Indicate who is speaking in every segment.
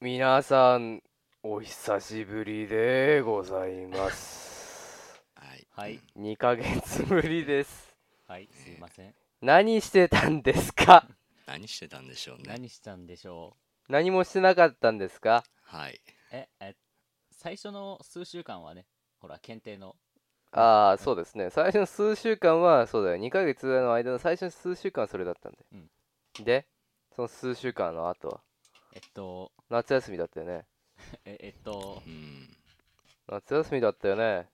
Speaker 1: 皆さん、お久しぶりでございます。
Speaker 2: はい。
Speaker 3: はい。
Speaker 1: 2ヶ月ぶりです。
Speaker 3: はい、すいません。
Speaker 1: 何してたんですか
Speaker 2: 何してたんでしょうね。
Speaker 3: 何したんでしょ
Speaker 1: 何もしてなかったんですか
Speaker 2: はい。
Speaker 3: う。え、え、最初の数週間はね、ほら、検定の。
Speaker 1: ああ、そうですね。最初の数週間は、そうだよ。2ヶ月の間の最初の数週間はそれだったんで。で、その数週間の後は、
Speaker 3: えっと、
Speaker 1: 夏休みだったよね。
Speaker 3: え、えっと
Speaker 2: う、ん。
Speaker 1: 夏休みだったよね。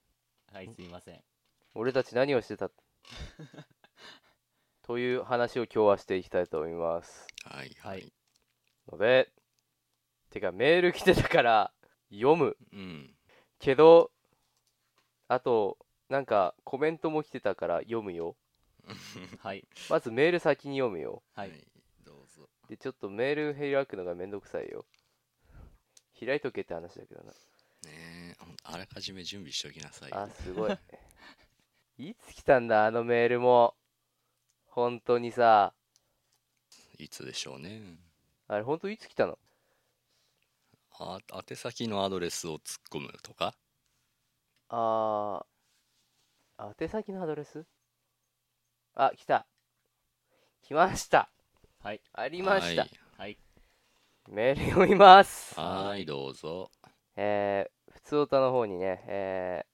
Speaker 3: はい、すいません。
Speaker 1: 俺たち何をしてたという話を今日はしていきたいと思います。
Speaker 2: はい。
Speaker 3: は
Speaker 2: は
Speaker 3: い
Speaker 2: い。
Speaker 1: ので、てかメール来てたから読む
Speaker 2: うん。
Speaker 1: けど、あと、なんかコメントも来てたから読むよ。
Speaker 3: はい、
Speaker 1: まずメール先に読むよ。
Speaker 3: はい。。
Speaker 2: どうぞ。
Speaker 1: で、ちょっとメール開くのがめんどくさいよ。開いとけって話だけどな。
Speaker 2: ねえ、ほんあらかじめ準備しておきなさいよ。
Speaker 1: あ、すごい。 いつ来たんだ、あのメールも。本当にさ。
Speaker 2: いつでしょうね。
Speaker 1: あれ、本当いつ来たの
Speaker 2: あ、宛先のアドレスを突っ込むとか。
Speaker 1: あー、宛先のアドレスあ、来た。来ました。
Speaker 3: はい、
Speaker 1: ありました。
Speaker 2: はい
Speaker 3: はい、
Speaker 1: メール読みます。
Speaker 2: はい、どうぞ。
Speaker 1: えー、普通おたの方にね、え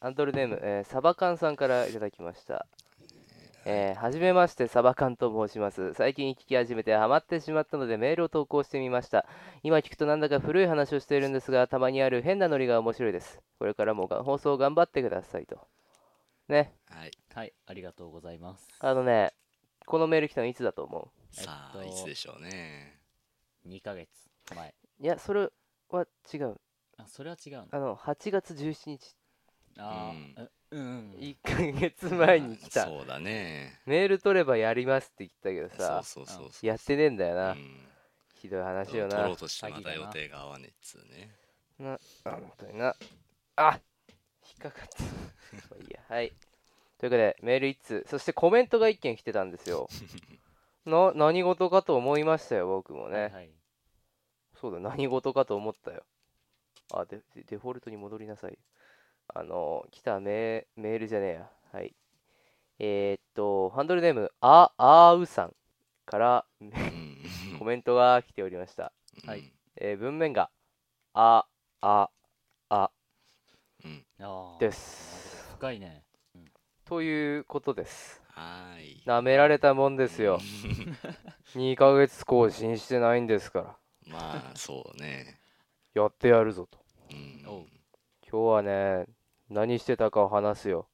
Speaker 1: ー、アンドルネーム、えー、サバカンさんからいただきました。えー、はじめまして、サバカンと申します。最近聞き始めてハマってしまったのでメールを投稿してみました。今聞くとなんだか古い話をしているんですが、たまにある変なノリが面白いです。これからもが放送頑張ってくださいと。ね、
Speaker 2: はい。
Speaker 3: はい、ありがとうございます。
Speaker 1: あのね、このメール来たのいつだと思
Speaker 2: さ
Speaker 3: え
Speaker 2: あ、
Speaker 3: っ
Speaker 2: い
Speaker 3: と
Speaker 2: つでしょうね。
Speaker 3: 2ヶ月前。
Speaker 1: ういや、それは違う。
Speaker 3: あ、それは違うの。
Speaker 1: あの、8月17日、
Speaker 3: あ
Speaker 2: うん
Speaker 3: ー、ううん。
Speaker 1: 1ヶ月前に来た。
Speaker 2: そうだね。
Speaker 1: メール取ればやりますって言ったけど
Speaker 2: そ
Speaker 1: さ
Speaker 2: う、そうそうそう。
Speaker 1: やってねえんだよ
Speaker 2: う
Speaker 1: な。
Speaker 2: ん。
Speaker 1: ひどい話
Speaker 2: 取
Speaker 1: よ
Speaker 2: ろ
Speaker 1: な
Speaker 2: う。としてま
Speaker 3: 詐欺だ
Speaker 2: た
Speaker 3: な
Speaker 2: 予定が合わねえっつうね。
Speaker 1: 本当にな。あ引っかかった。 まあいいや、はい。ということで、メール1通、そしてコメントが1件来てたんです よ。な、何事かと思いましたよ、僕もね。
Speaker 3: はいはい。
Speaker 1: そうだ、何事かと思ったよ。あ、デデデフォルトに戻りなさい。あの、来たメメールじゃねえや。はい。えー、っと、ハンドルネーム、あ、あーうさんから
Speaker 2: うん。
Speaker 1: コメントが来ておりました。
Speaker 2: うん
Speaker 3: はい。
Speaker 1: えー文面が、あ、あ、あ
Speaker 2: うん。
Speaker 3: ああ。
Speaker 1: で
Speaker 3: なる
Speaker 1: す
Speaker 3: ほ。ど深いね。
Speaker 1: ということです。
Speaker 2: はーい。
Speaker 1: なめられたもんですよ。2ヶ月更新してないんですから、
Speaker 2: まあ、そうね。
Speaker 1: やってやるぞと。
Speaker 2: うん。
Speaker 3: おう
Speaker 1: 今日はね、何してたかを話すよ。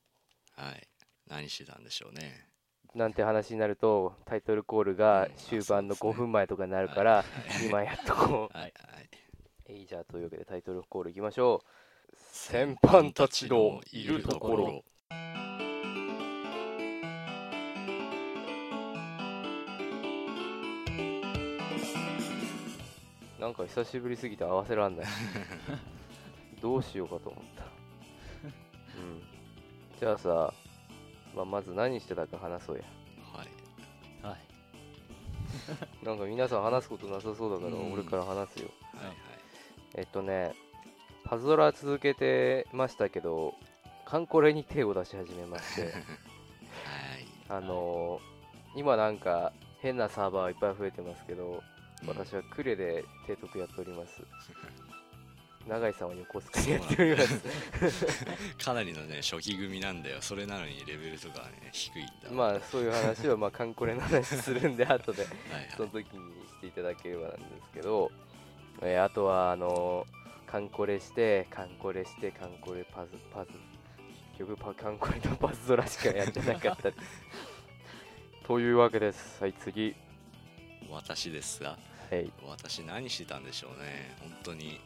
Speaker 2: はい。何してたんでしょうね。
Speaker 1: なんて話になるとタイトルコールが
Speaker 2: うん
Speaker 1: 終盤の
Speaker 2: あそう
Speaker 1: 5
Speaker 2: ですね
Speaker 1: 分前とかになるから
Speaker 2: はい
Speaker 1: 今やっとこう。
Speaker 2: はい。
Speaker 1: えいじゃあというわけでタイトルコールいきましょう。
Speaker 2: 先
Speaker 1: 先般
Speaker 2: 般
Speaker 1: た
Speaker 2: た
Speaker 1: ち
Speaker 2: ち
Speaker 1: の
Speaker 2: の
Speaker 1: い
Speaker 2: い
Speaker 1: る
Speaker 2: る
Speaker 1: と
Speaker 2: と
Speaker 1: こ
Speaker 2: こ
Speaker 1: ろ
Speaker 2: ろ。
Speaker 1: なんか久しぶりすぎて合わせらん ない。どうしようかと思った。うん。じゃあさ、まあ、まず何してたか話そうや。
Speaker 2: はい。
Speaker 3: はい。
Speaker 1: なんか皆さん話すことなさそうだから
Speaker 2: うん
Speaker 1: 俺から話すよ。
Speaker 2: はいはい。
Speaker 1: えっとね、パズドラ続けてましたけど、カンコレに手を出し始めま して、
Speaker 2: はい。
Speaker 1: あのー、今なんか変なサーバーいっぱい増えてますけど、私はクレで提督やっており ます。永井さんは横須賀でやっております。
Speaker 2: かなりのね、初期組なんだよ。それなのにレベルとかはね、低いんだ。
Speaker 1: まあそういう話はまあカンコレの話するんで後 で
Speaker 2: はい
Speaker 1: そ
Speaker 2: は
Speaker 1: の時にしていただければなんですけど、えーあとはあのー、カンコレしてカンコレしてカンコレパズパズ結局パカンコレのパズドラしかやってなかった というわけですはい次
Speaker 2: い。私ですが、
Speaker 1: はい
Speaker 2: 私何してたんでしょうね。本当に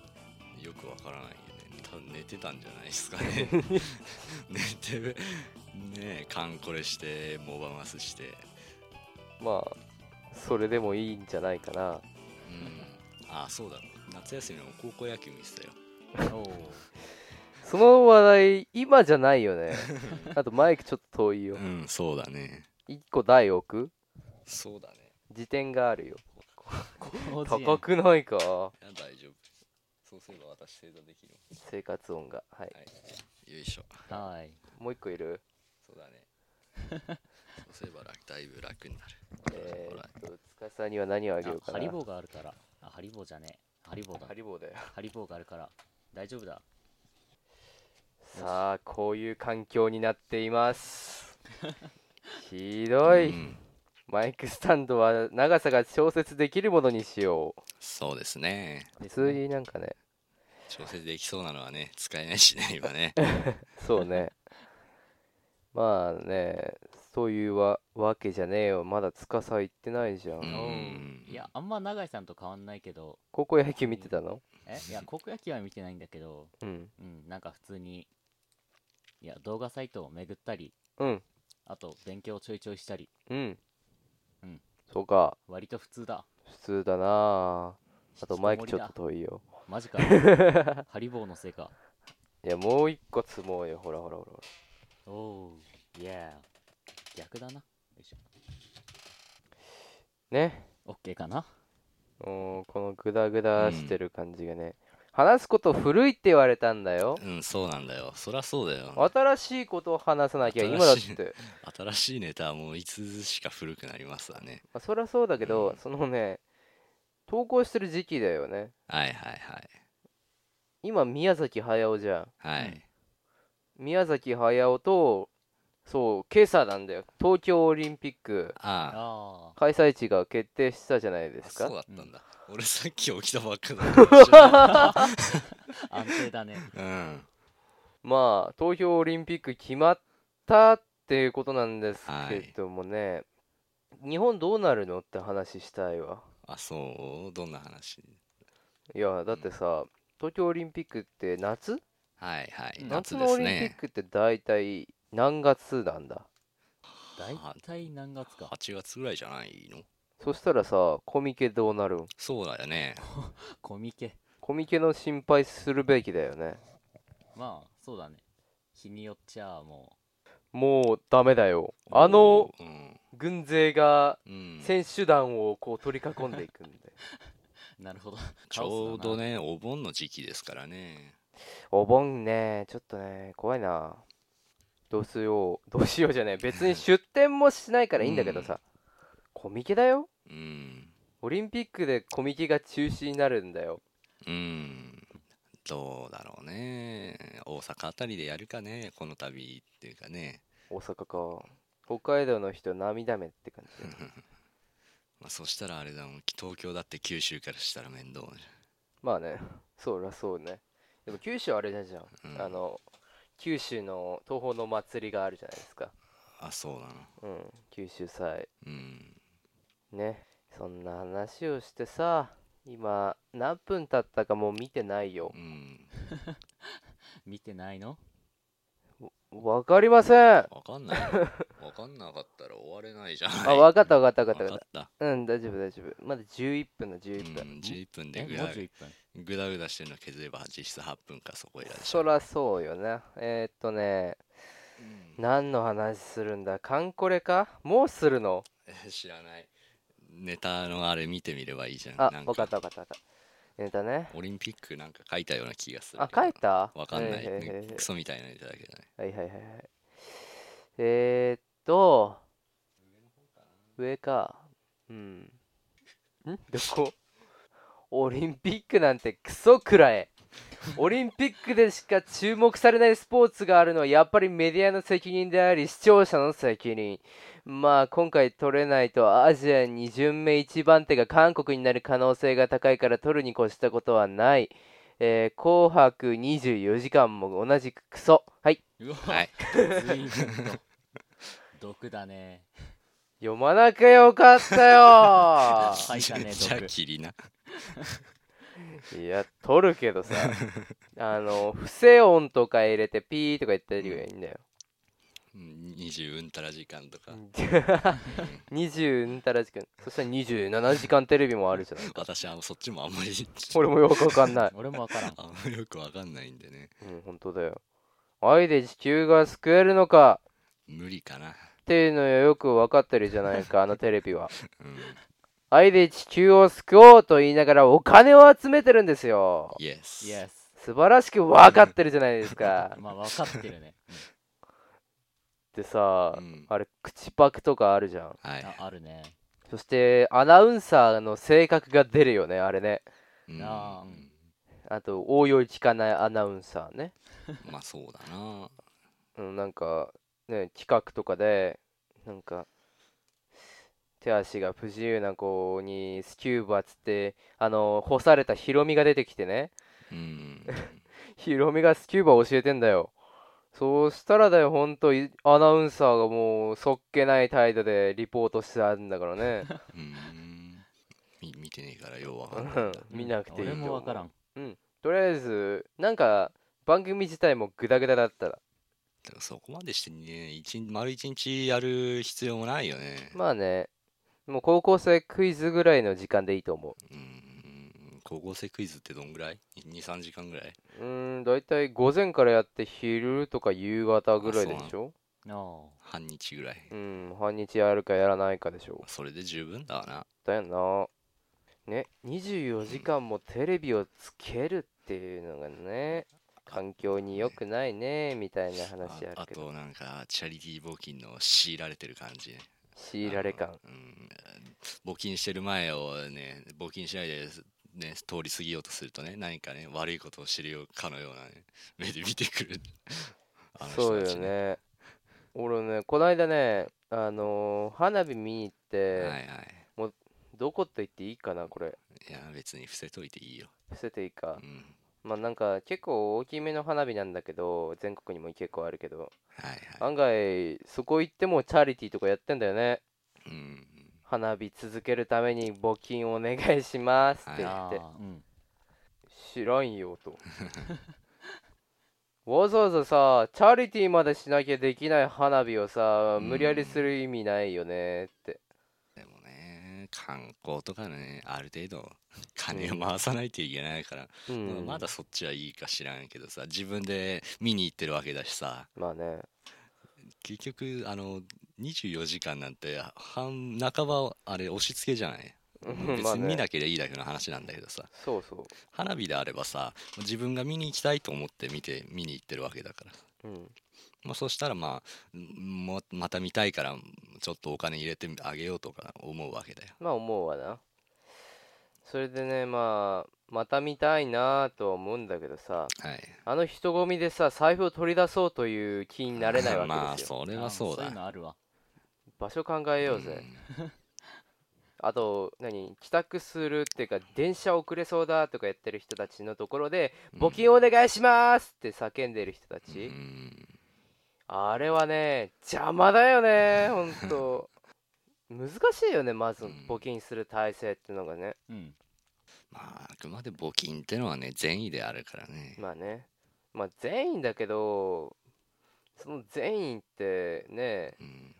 Speaker 2: よくわからないよね。多分寝てたんじゃないですか ね。寝て、ねえ、カンコレして、モバマスして。
Speaker 1: まあそれでもいいんじゃないかな
Speaker 2: うん。あ、そうだ。夏休みの高校野球見てた よ。
Speaker 3: おう
Speaker 1: その話題今じゃないよねあとマイクちょっと遠いよ
Speaker 2: うん、そうだね。
Speaker 1: 1個台置く
Speaker 2: そうだね。
Speaker 1: 辞典があるよ
Speaker 3: 広辞苑
Speaker 1: 高くないか
Speaker 2: いや大丈夫そうすれば私正座できるわ
Speaker 1: 生活音がはい
Speaker 2: はいよいしょ
Speaker 3: はい。
Speaker 1: もう一個いる
Speaker 2: そうだねそうすれば楽だいぶ楽になる
Speaker 1: え
Speaker 2: ほ
Speaker 1: ー、
Speaker 2: ら
Speaker 1: っと司には何をあげよう
Speaker 3: あ、
Speaker 1: かな
Speaker 3: ハリボーがあるから。あ、ハリボーじゃねえ。ハリボーだ
Speaker 1: ハ。リボーだよ
Speaker 3: ハリボーがあるから。大丈夫だ。
Speaker 1: さあこういう環境になっていますひどい、
Speaker 2: うん
Speaker 1: マイクスタンドは長さが調節できるものにしよ
Speaker 2: そうですね
Speaker 1: う普通になんかね
Speaker 2: 調節できそうなのはね使えないし ね今ね
Speaker 1: そうねまあねそういうわわけじゃねえよまだ司行ってないじゃん、
Speaker 2: うん
Speaker 3: いや、あんま永井さんと変わんないけど、
Speaker 1: 高校野球見てたの
Speaker 3: え、いや、高校野球は見てないんだけど、
Speaker 1: うん
Speaker 3: うん、なんか普通に、いや、動画サイトを巡ったり、
Speaker 1: うん
Speaker 3: あと勉強ちょいちょいしたり、
Speaker 1: うん、
Speaker 3: うん
Speaker 1: そうか
Speaker 3: 割と普通だ。
Speaker 1: 普通だなああとマイクちょっ
Speaker 3: 引きこと
Speaker 1: 遠いよ
Speaker 3: もりだ。マジか。ハリボーのせいか。
Speaker 1: いやもう一個積もうよほらほらほらほら
Speaker 3: おう、いや逆だな。よいしょ
Speaker 1: ね
Speaker 3: オッケーかな
Speaker 1: もうこのグダグダしてる感じがね、話すこと古いって言われたんだよ
Speaker 2: うんそうなんだよそりゃそうだよ
Speaker 1: 新しいことを話さなきゃ今だっ
Speaker 2: 新しい
Speaker 1: て
Speaker 2: 新しいネタはもういつしか古くなりますわね
Speaker 1: まあ、そりゃそうだけど、
Speaker 2: うん
Speaker 1: そのね投稿してる時期だよね
Speaker 2: はいはいはい
Speaker 1: 今宮崎駿じゃん
Speaker 2: はい、
Speaker 1: 宮崎駿とそう今朝なんだよ東京オリンピック
Speaker 2: あ
Speaker 3: ああ。
Speaker 1: 開催地が決定したじゃないで
Speaker 2: あ
Speaker 1: す
Speaker 2: そう
Speaker 1: か
Speaker 2: だったんだ、俺さっき起きたば っかだ
Speaker 3: 安定だね。
Speaker 2: うん
Speaker 1: まあ東京オリンピック決まったっていうことなんですけどもね、日本どうなるのって話したいわ
Speaker 2: あそうどんな話
Speaker 1: いやだってさ東京オリンピックって夏
Speaker 2: はいはい
Speaker 3: うん
Speaker 1: 夏
Speaker 2: 夏で
Speaker 1: のオ
Speaker 2: す
Speaker 1: リンピッ
Speaker 2: ね
Speaker 1: クって大体何月なんだ
Speaker 3: 大
Speaker 2: は
Speaker 3: 体何月か。
Speaker 2: 8月ぐらいじゃないの
Speaker 1: そしたらさ、コミケどうなるん
Speaker 2: そうだよね
Speaker 3: コミケ。
Speaker 1: コミケの心配するべきだよね。
Speaker 3: まあ、そうだね。日によっちゃも
Speaker 1: もうダメだよ。あの
Speaker 2: うん、
Speaker 1: 軍勢が
Speaker 2: うん、ち
Speaker 1: 選手団をこう取り囲んでいくんで。
Speaker 3: う、なるほど。
Speaker 2: ょうど
Speaker 3: ね。
Speaker 2: ねお盆の時期ですからね
Speaker 1: お盆ね、ちょっとね、怖いな。どうしよう、どうしようじゃねえ。別に出店もしないからいいんだけどさ。コミケだよ
Speaker 2: うん
Speaker 1: オリンピックでコミケが中止になるんだよ。
Speaker 2: うんどうだろうね大阪あたりでやるかねこの度っていうかね、
Speaker 1: 大阪か。北海道の人涙目って感じだ よ。
Speaker 2: まあ、そしたらあれだもん東京だって九州からしたら面倒じ
Speaker 1: まあね、そうらそうね。でも九州あれじゃんじゃん。
Speaker 2: ゃん、うん
Speaker 1: あの九州の東方の祭りがあるじゃないですか、
Speaker 2: あそうなの
Speaker 1: うん、九州祭
Speaker 2: うん
Speaker 1: ねそんな話をしてさ今何分経ったかもう見てないよ
Speaker 2: うん
Speaker 3: 見てないの
Speaker 1: わかりません
Speaker 2: わかんない わかんなかったら終われないじゃん
Speaker 1: あわかったわかったわ
Speaker 2: わ
Speaker 1: かった
Speaker 2: か
Speaker 1: わ
Speaker 2: っ
Speaker 1: かったたうん大丈夫大丈夫まだ11分だ
Speaker 2: う
Speaker 1: 11分、
Speaker 2: ん11分で
Speaker 3: え、もう
Speaker 2: ぐだ
Speaker 3: 11分。
Speaker 2: ぐだぐだしてるの削れば実質8分かそこいらでし
Speaker 1: そ
Speaker 2: ょ
Speaker 1: らそうよねえー、っとね
Speaker 2: うん
Speaker 1: 何の話するんだカンコレかもうするの
Speaker 2: え知らないネタのあれ見てみればいいじゃん
Speaker 1: あ
Speaker 2: なん
Speaker 1: わかったわかったわかったネタね
Speaker 2: オリンピックなんか書いたような気がする
Speaker 1: あ
Speaker 2: けど
Speaker 1: 書いた
Speaker 2: わかんない、
Speaker 1: へーへーへーへー
Speaker 2: クソみたいなネタだけどね
Speaker 1: はいはいはいはい。えー、っと、上か。うん。んどこオリンピックなんてクソくらえ。オリンピックでしか注目されないスポーツがあるのはやっぱりメディアの責任であり視聴者の責任。まあ今回取れないとアジア2巡目1番手が韓国になる可能性が高いから取るに越したことはない。えー紅白24時間も同じくクソ。はい。
Speaker 3: うわ、
Speaker 2: はい
Speaker 3: 随分と。毒だね。
Speaker 1: 読まなきゃよかったよ
Speaker 3: 書いた ね
Speaker 2: じゃあ
Speaker 3: 毒
Speaker 2: 切りな
Speaker 1: いや、取るけどさ、あの、不正音とか入れてピーとか言ったりがいいんだよ。
Speaker 2: うん20うんたら時間とか
Speaker 1: 20うんたら時間、そしたら27時間テレビもあるじゃ ない。
Speaker 2: 私あのそっちもあんまり
Speaker 1: 俺もよくわかんない。
Speaker 3: 俺もわからん。
Speaker 2: あんまりよくわかんないんでね
Speaker 1: うん、本当だよ。愛で地球が救えるのか
Speaker 2: 無理か な
Speaker 1: っていうのよよくわかってるじゃないか、あのテレビは。
Speaker 2: うん
Speaker 1: 愛で地球を救おうと言いながらお金を集めてるんですよ。
Speaker 2: イエス。
Speaker 3: イエス。。
Speaker 1: 素晴らしく分かってるじゃないですか
Speaker 3: まあ、分かってるね。
Speaker 1: でさ
Speaker 2: う、ん
Speaker 1: あれ、口パクとかあるじゃん。
Speaker 2: はい。
Speaker 3: ああるね。
Speaker 1: そして、アナウンサーの性格が出るよね、あれね。
Speaker 2: うん
Speaker 3: なあ
Speaker 1: あと、応用聞かないアナウンサーね。
Speaker 2: まあそうだな。
Speaker 1: うん、なんか、ね、企画とかで、なんか、手足が不自由な子にスキューバつって、あの、干されたヒロミが出てきてね、
Speaker 2: うん。
Speaker 1: ヒロミがスキューバ教えてんだよ。そうしたらだよ、ほんと、いアナウンサーがもう、そっけない態度でリポートしてあるんだからね。
Speaker 2: うん。み見てねえからようわか
Speaker 1: うん
Speaker 2: ない
Speaker 1: ん。見なくていいと
Speaker 3: 俺
Speaker 1: 思う。
Speaker 3: も分からん。
Speaker 1: とりあえず、なんか、番組自体もグダグダだったら。
Speaker 2: だからそこまでしてね、一日丸一日やる必要もないよね。
Speaker 1: まあね、もう高校生クイズぐらいの時間でいいと思う。
Speaker 2: うん。高校生クイズってどんぐらい ?2、3時間ぐらいう
Speaker 1: ーん、大体午前からやって昼とか夕方ぐらいでしょ
Speaker 3: あ
Speaker 2: 半日ぐらい。
Speaker 1: うん、半日やるかやらないかでしょ
Speaker 2: それで十分だわな。
Speaker 1: だよな。ね、24時間もテレビをつけるっていうのがね、環境に良くないね、みたいな
Speaker 2: あ
Speaker 1: 話あ
Speaker 2: あ
Speaker 1: るけど、
Speaker 2: となんか、チャリティー募金の強いられてる感じね。
Speaker 1: 強いられ感。
Speaker 2: あのうん、募金してる前をね募金しないで、ね、通り過ぎようとするとね何かね悪いことをしてるよかのような、ね、 目で見て くるあの
Speaker 1: そう
Speaker 2: 人た
Speaker 1: よ
Speaker 2: ち
Speaker 1: ね。俺ね、こないだね、あのー花火見に行っ
Speaker 2: は
Speaker 1: て、
Speaker 2: いはい
Speaker 1: どこと言っていいかな、これ。
Speaker 2: いや別に伏せといていいよ、
Speaker 1: 伏せていいか
Speaker 2: う。ん、
Speaker 1: まあなんか結構大きめの花火なんだけど、全国にも結構あるけど、
Speaker 2: はいは
Speaker 1: 案外そこ行ってもチャリティーとかやってんだよね
Speaker 2: い、うん、
Speaker 1: 花火続けるために募金お願いしますって言
Speaker 3: あ
Speaker 1: って
Speaker 3: ー。うん。
Speaker 1: 知らんよと わざわざさチャリティーまでしなきゃできない花火をさ
Speaker 2: うん
Speaker 1: 無理やりする意味ないよねって
Speaker 2: でもね観光とかねある程度金を回さないといけないから、
Speaker 1: うん、
Speaker 2: まあまだそっちはいいか知らんけどさ自分で見に行ってるわけだしさ、
Speaker 1: まあね
Speaker 2: 結局あの24時間なんて半半ばあれ押し付けじゃない
Speaker 1: うんまあ
Speaker 2: 別に見
Speaker 1: ね
Speaker 2: なければいいだけの話なんだけどさ
Speaker 1: そうそ
Speaker 2: 花火であればさ自分が見に行きたいと思って見て見に行ってるわけだから、
Speaker 1: ううん
Speaker 2: まあ、そしたらまあんもまた見たいからちょっとお金入れてあげようとか思うわけだよ
Speaker 1: まあ思うわなそれでねまあまた見たいなとは思うんだけどさ
Speaker 2: はい
Speaker 1: あの人混みでさ財布を取り出そうという気になれないわけですよ、
Speaker 2: まあそれはそうだ
Speaker 3: あーそういうのあるわ。
Speaker 1: 場所考えようぜ、あと何帰宅するっていうか電車遅れそうだとかやってる人たちのところで
Speaker 2: うん
Speaker 1: 募金お願いしますって叫んでる人た
Speaker 2: うんう
Speaker 1: ち、
Speaker 2: ん
Speaker 1: あれはね邪魔だよねほんと 難しいよねまず
Speaker 2: うん
Speaker 1: 募金する体制っていうのがね
Speaker 3: うん。
Speaker 2: まああくまで募金ってのはね善意であるからね
Speaker 1: まあねまあ善意だけどその善意ってね
Speaker 2: うん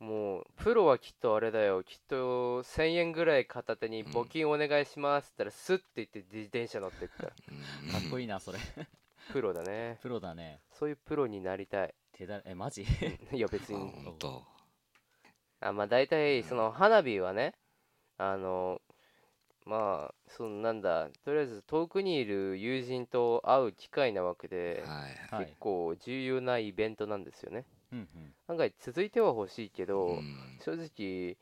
Speaker 1: もうプロはきっとあれだよきっと1000円ぐらい片手に募金お願いしますって言ったらスッて言って自転車乗ってくから
Speaker 2: うん
Speaker 3: かっこいいな、それ。
Speaker 1: プロだね。
Speaker 3: プロだね。
Speaker 1: そういうプロになりたい。
Speaker 3: 手だ、え、マジ
Speaker 1: いや別
Speaker 2: あ
Speaker 1: に。
Speaker 2: 本当
Speaker 1: あまあ大体その花火はね、あの、まあ、そのなんだ、とりあえず遠くにいる友人と会う機会なわけで、
Speaker 2: はい
Speaker 3: は
Speaker 1: 結
Speaker 3: い。
Speaker 1: 構重要なイベントなんですよね。
Speaker 3: うんうん。
Speaker 1: 案外続いては欲しいけ
Speaker 2: う
Speaker 1: ど、
Speaker 2: ん
Speaker 1: 正直、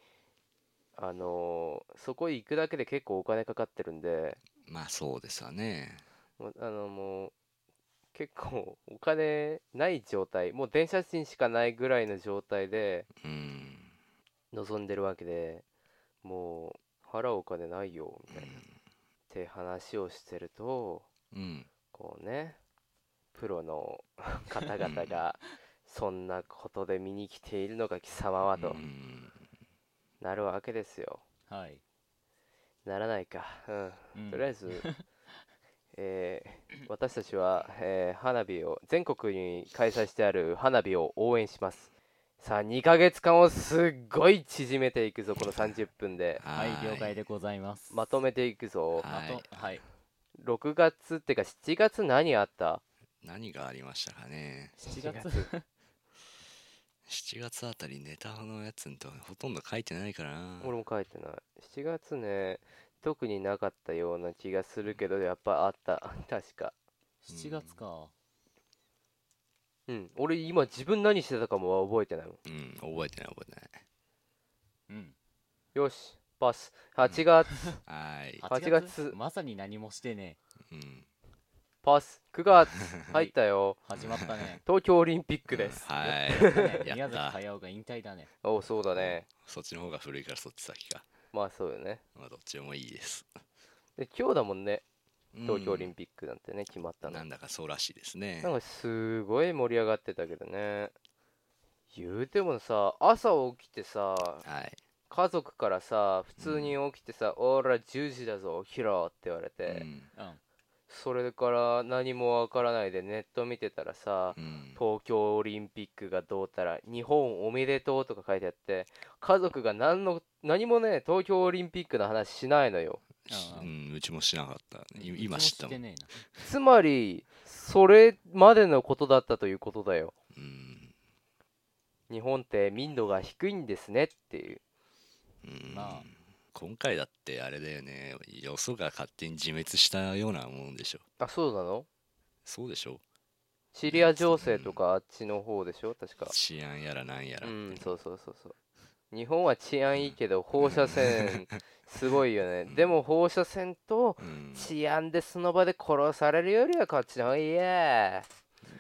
Speaker 1: あのそこ行くだけで結構お金かかってるんで、
Speaker 2: まあそうですわね
Speaker 1: もうあのもう結構お金ない状態、もう電車賃しかないぐらいの状態で、
Speaker 2: うん
Speaker 1: 望んでるわけでもう払うお金ないよみたいな、って話をしてると
Speaker 2: うん
Speaker 1: こうねプロの方々がそんなことで見に来ているのが貴様は
Speaker 2: う
Speaker 1: と
Speaker 2: ん
Speaker 1: なるわけですよ
Speaker 3: はい。
Speaker 1: ならないかうん
Speaker 3: うん
Speaker 1: とりあえず えー私たちは、えー花火を全国に開催してある花火を応援しますさあ2ヶ月間をすっごい縮めていくぞこの30分で
Speaker 3: はい、了解
Speaker 2: で
Speaker 3: でございます。
Speaker 1: まとめていくぞ
Speaker 2: は
Speaker 3: ま
Speaker 2: い
Speaker 3: と、はい。
Speaker 1: 6月ってか7月何あった
Speaker 2: 何がありましたかね
Speaker 3: 7月。
Speaker 2: 7月あたりネタのやつんとほとんど書いてないからな
Speaker 1: 俺も書いてない7月ね特になかったような気がするけどやっぱあった確か
Speaker 3: 7月か。
Speaker 1: うん俺今自分何してたかもは覚えてないもん
Speaker 2: うん覚えてない覚えてない
Speaker 3: うん。
Speaker 1: よしパス8月、
Speaker 2: はーい
Speaker 1: 8月
Speaker 3: まさに何もしてね
Speaker 2: うん
Speaker 1: パス9月
Speaker 3: え。
Speaker 1: 入った よ。
Speaker 3: はい。始まったね
Speaker 1: 東京オリンピックです
Speaker 2: は
Speaker 3: ね
Speaker 2: ーいや
Speaker 3: 宮
Speaker 2: っ
Speaker 3: 崎
Speaker 2: た
Speaker 3: 駿が引退だね。
Speaker 1: おそうだね
Speaker 2: そっちの方が古いからそっち先か
Speaker 1: まあそうよね
Speaker 2: まあどっちでもいいです
Speaker 1: で今日だもんね東京オリン
Speaker 2: ピ
Speaker 1: ピックなんてね決まったの
Speaker 2: なんだかそうらしいですね
Speaker 1: なんかすごい盛り上がってたけどね言うてもさ朝起きてさ
Speaker 2: はい
Speaker 1: 家族からさ普通に起きてさ「おら10時だぞ起きろ」って言われて、
Speaker 2: うん
Speaker 3: うん。
Speaker 1: それから何もわからないでネット見てたらさ
Speaker 2: うん
Speaker 1: 東京オリンピックがどうたら日本おめでとうとか書いてあって家族が何の何もね東京オリンピックの話しないのよ
Speaker 2: し
Speaker 3: ああ
Speaker 2: うんうちもしなかったい
Speaker 3: うん
Speaker 2: 今知った
Speaker 3: う
Speaker 2: も
Speaker 3: ちも
Speaker 2: ん
Speaker 3: ねえな
Speaker 1: つまりそれまでのことだったということだよ
Speaker 2: うん
Speaker 1: 日本って民度が低いんですねっていう
Speaker 2: うん
Speaker 3: まあ
Speaker 2: 今回だってあれだよねよそが勝手に自滅したようなもんでしょ
Speaker 1: あそうなの
Speaker 2: そうでしょ
Speaker 1: シリア情勢とかあっちの方でしょ確か
Speaker 2: 治安やらなんやら
Speaker 1: うん、そうそうそうそう。日本は治安いいけど放射 線すごいよね。でも放射線と
Speaker 2: うん
Speaker 1: 治安でその場で殺されるよりはこっちの方がいいや。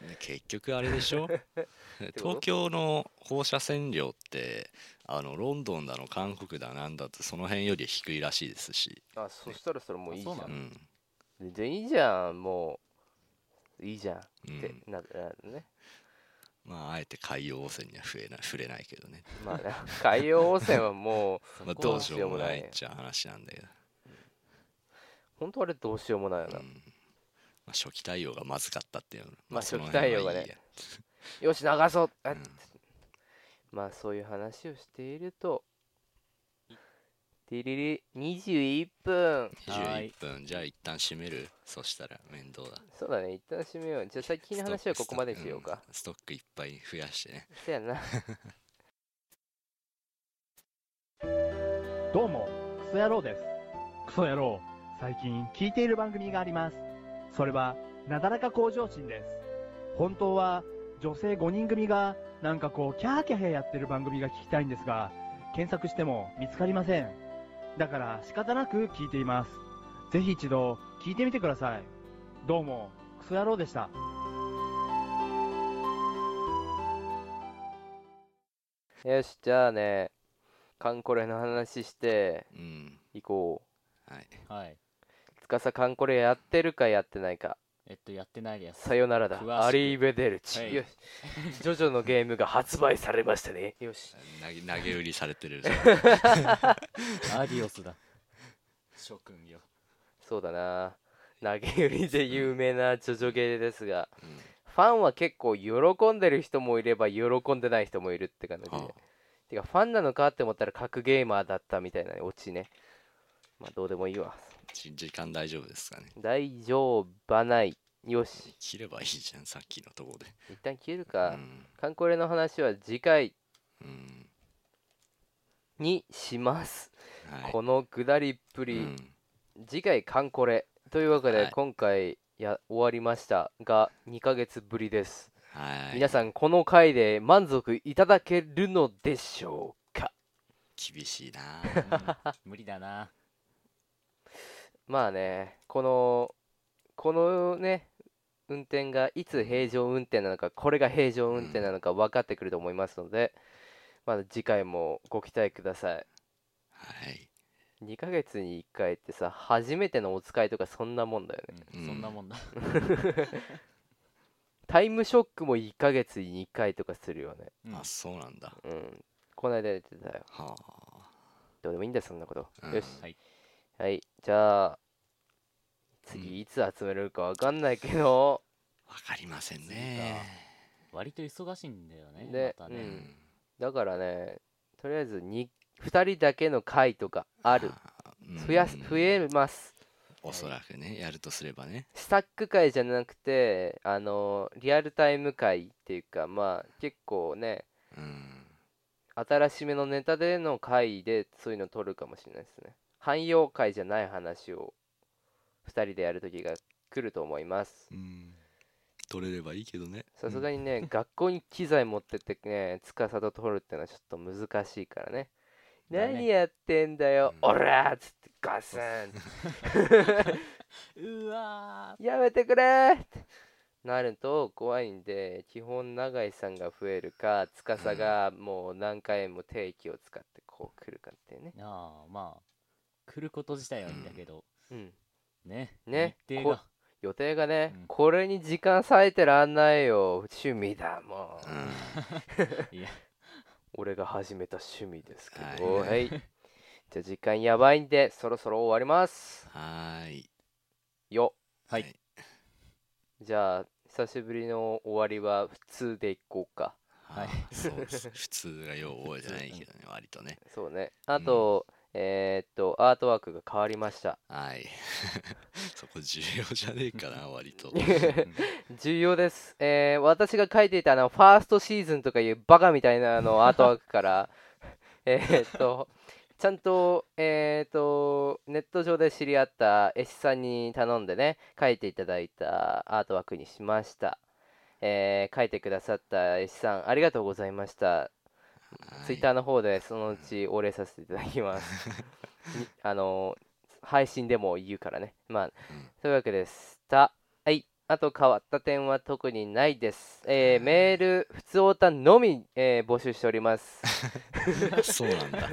Speaker 2: ね結局あれでしょ
Speaker 1: こと
Speaker 2: 東京の放射線量ってあのロンドンだの韓国だなんだってその辺より低いらしいですし、
Speaker 1: あ、そしたらそれもういいじゃ。
Speaker 3: あそ
Speaker 2: うんん
Speaker 1: 全然いいじゃん、もう。いいじゃんっ
Speaker 2: うん
Speaker 1: てなるなるね。
Speaker 2: まああえて海洋汚染には触れな触れないけどね、
Speaker 1: まあな、海洋汚染はもう、
Speaker 3: そ
Speaker 2: まあ、
Speaker 3: こ
Speaker 2: ど
Speaker 3: は
Speaker 2: うしようもないっちゃ話なんだけど、
Speaker 1: 本当あれどうしようもないよな
Speaker 2: う。んまあ、初期対応がまずかったっていうの
Speaker 1: まあ
Speaker 2: その
Speaker 1: 初期対応がね
Speaker 2: 辺はいいや
Speaker 1: よし、流そうあ
Speaker 2: うん
Speaker 1: まあそういう話をしていると、ティリリ21分。
Speaker 2: 21分じゃあ一旦閉めるそしたら面倒だ
Speaker 1: そうだね、一旦閉めよう。じゃあ最近の話はここまでしようか。
Speaker 2: ストックストックうんストックいっぱい増やしてね
Speaker 1: そやな。
Speaker 4: どうも、クソ野郎です。クソ野郎、最近聞いている番組があります。それは、なだらか向上心です。本当は、女性5人組が、なんかこう、キャーキャーやってる番組が聞きたいんですが、検索しても見つかりません。だから仕方なく聞いています。ぜひ一度、聞いてみてください。どうも、クソ野郎でした。
Speaker 1: よし、じゃあね、カンコレの話して
Speaker 2: うん
Speaker 1: いこ
Speaker 2: はい
Speaker 3: はい。
Speaker 1: う。つかさカンコレやってるかやってないか。
Speaker 3: えっと、やってないです。
Speaker 1: さよならだ
Speaker 3: 詳し。く
Speaker 1: アリーベデルチ。
Speaker 3: はい
Speaker 1: よし。ジョジョのゲームが発売されましたね。よし。
Speaker 2: 投げ投げ売りされ てる
Speaker 3: アディオスだ。 諸君よ。
Speaker 1: そうだな。投げ売りで有名なジョジョゲーですが、
Speaker 2: うん
Speaker 1: ファンは結構喜んでる人もいれば喜んでない人もいるって感じで
Speaker 2: あ。
Speaker 1: てかファンなのかって思ったら格ゲーマーだったみたいなオチねまあどうでもいいわ
Speaker 2: じ時間大丈夫ですかね
Speaker 1: 大丈夫ないよし
Speaker 2: 切ればいいじゃんさっきのとこで
Speaker 1: 一旦切る
Speaker 2: う
Speaker 1: か、
Speaker 2: ん、
Speaker 1: カンコレの話は次回
Speaker 2: うん、
Speaker 1: にします、
Speaker 2: はい
Speaker 1: このくだりっぷり、
Speaker 2: うん
Speaker 1: 次回カンコレというわけで、
Speaker 2: はい
Speaker 1: 今回や終わりましたが2ヶ月ぶりです、
Speaker 2: はい
Speaker 1: 皆さんこの回で満足いただけるのでしょうか
Speaker 2: 厳しいな
Speaker 3: 無理だな。
Speaker 1: まあね、この、このね、運転がいつ平常運転なのか、これが平常運転なのか分かってくると思いますので、まあ次回もご期待ください。
Speaker 2: はい
Speaker 1: 2ヶ月に1回ってさ、初めてのお使いとかそんなもんだよね。
Speaker 3: う
Speaker 2: うんん
Speaker 3: そんなもんだ。
Speaker 1: タイムショックも1ヶ月に1回とかするよね。
Speaker 3: うん
Speaker 2: あそうなんだ
Speaker 1: うん。こないだ出てたよ。
Speaker 2: は
Speaker 1: どうでもいいんだよ、そんなこと。
Speaker 2: あ、うん
Speaker 1: よし。
Speaker 3: はい。
Speaker 1: はい、じゃあ、次いつ集めれるか分かんないけど、
Speaker 2: わかりませんね
Speaker 3: 割と忙しいんだよね。
Speaker 1: で
Speaker 3: また
Speaker 2: う
Speaker 1: う
Speaker 3: ね。
Speaker 1: んだからね、とりあえず 2, 2人だけの回とかある。
Speaker 2: あー
Speaker 1: 増やす
Speaker 2: うん
Speaker 1: 増えます。
Speaker 2: おそらくねやるとすればね
Speaker 1: スタック回じゃなくて、あのリアルタイム回っていうか、まあ結構ね、
Speaker 2: うん
Speaker 1: 新しめのネタでの回でそういうの取るかもしれないですね汎用回じゃない話を2人でやる時が来ると思います
Speaker 2: うん取れればいいけどね
Speaker 1: さすがにね、学校に機材持ってってね司と取るってのはちょっと難しいからね
Speaker 3: だね
Speaker 1: 何やってんだよ、
Speaker 2: う
Speaker 1: オ
Speaker 2: ん
Speaker 1: ラーっつってガスン
Speaker 3: うわ
Speaker 1: やめてくれーってなると怖いんで基本永井さんが増えるか司がもう何回も定期を使ってこう来るかっていうね
Speaker 3: ーああまあ来ること自体はいいんだけど、
Speaker 1: うん
Speaker 3: ね
Speaker 1: ね
Speaker 3: 日程が
Speaker 1: 予定がね、
Speaker 3: うん
Speaker 1: これに時間割いてらんないよ趣味だもん、
Speaker 2: うん
Speaker 3: いや
Speaker 1: 俺が始めた趣味ですけど
Speaker 2: はい
Speaker 1: はいじゃあ時間やばいんでそろそろ終わります
Speaker 2: はーい
Speaker 1: よ
Speaker 3: はい
Speaker 2: はい
Speaker 1: じゃあ久しぶりの終わりは普通でいこうか
Speaker 3: はい
Speaker 2: あそうです普通がよう覚えてないけどね割とね
Speaker 1: そうねあと、えーっとアートワークが変わりました
Speaker 2: はい そこ重要じゃねえか な割と
Speaker 1: 重要です、えー私が書いていたあのファーストシーズンとかいうバカみたいなあのアートワークから えーっとちゃんと,、えーっとネット上で知り合った絵師さんに頼んでね書いていただいたアートワークにしました、えー書いてくださった絵師さんありがとうございましたツイッタ
Speaker 2: ー
Speaker 1: ーの方でそのうちお礼させていただきます。 にあの配信でも言うからね。まあ、というわけでした。はい。あと変わった点は特にないです。えーメール、普通おたのみ、えー募集しております。
Speaker 2: そうなんだ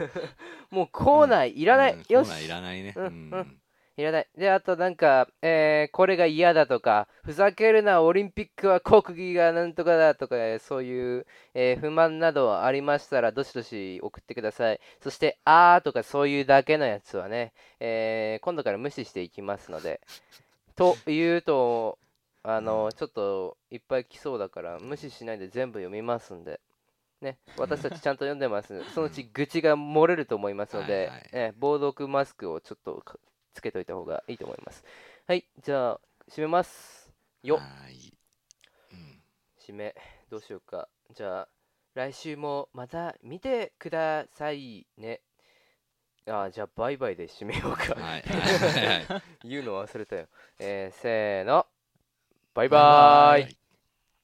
Speaker 1: もうコーナー いらない。
Speaker 2: うん
Speaker 1: よ
Speaker 2: コーナーい
Speaker 1: し。
Speaker 2: らないね
Speaker 1: うんう
Speaker 2: うん
Speaker 1: いらない。で、あとなんか、えーこれが嫌だとか、ふざけるな、オリンピックは国技がなんとかだとか、そういう、えー不満などありましたら、どしどし送ってください。そして、あーとかそういうだけのやつはね、えー今度から無視していきますので。というと、あの、ちょっといっぱい来そうだから、無視しないで全部読みますんで。ね、私たちちゃんと読んでます。そのうち愚痴が漏れると思いますので、
Speaker 2: はいはい
Speaker 1: えー防毒マスクをちょっとかつけといた方がいいと思います。はい、じゃあ、締めます。よ
Speaker 2: は、ーいうん
Speaker 1: 締め、どうしようか。じゃあ、来週もまた見てくださいね。あーじゃあ、バイバイで締めようか。
Speaker 2: はいはいはいはい
Speaker 1: 言うの忘れたよ。えー、せーの。バイバーイ。
Speaker 2: い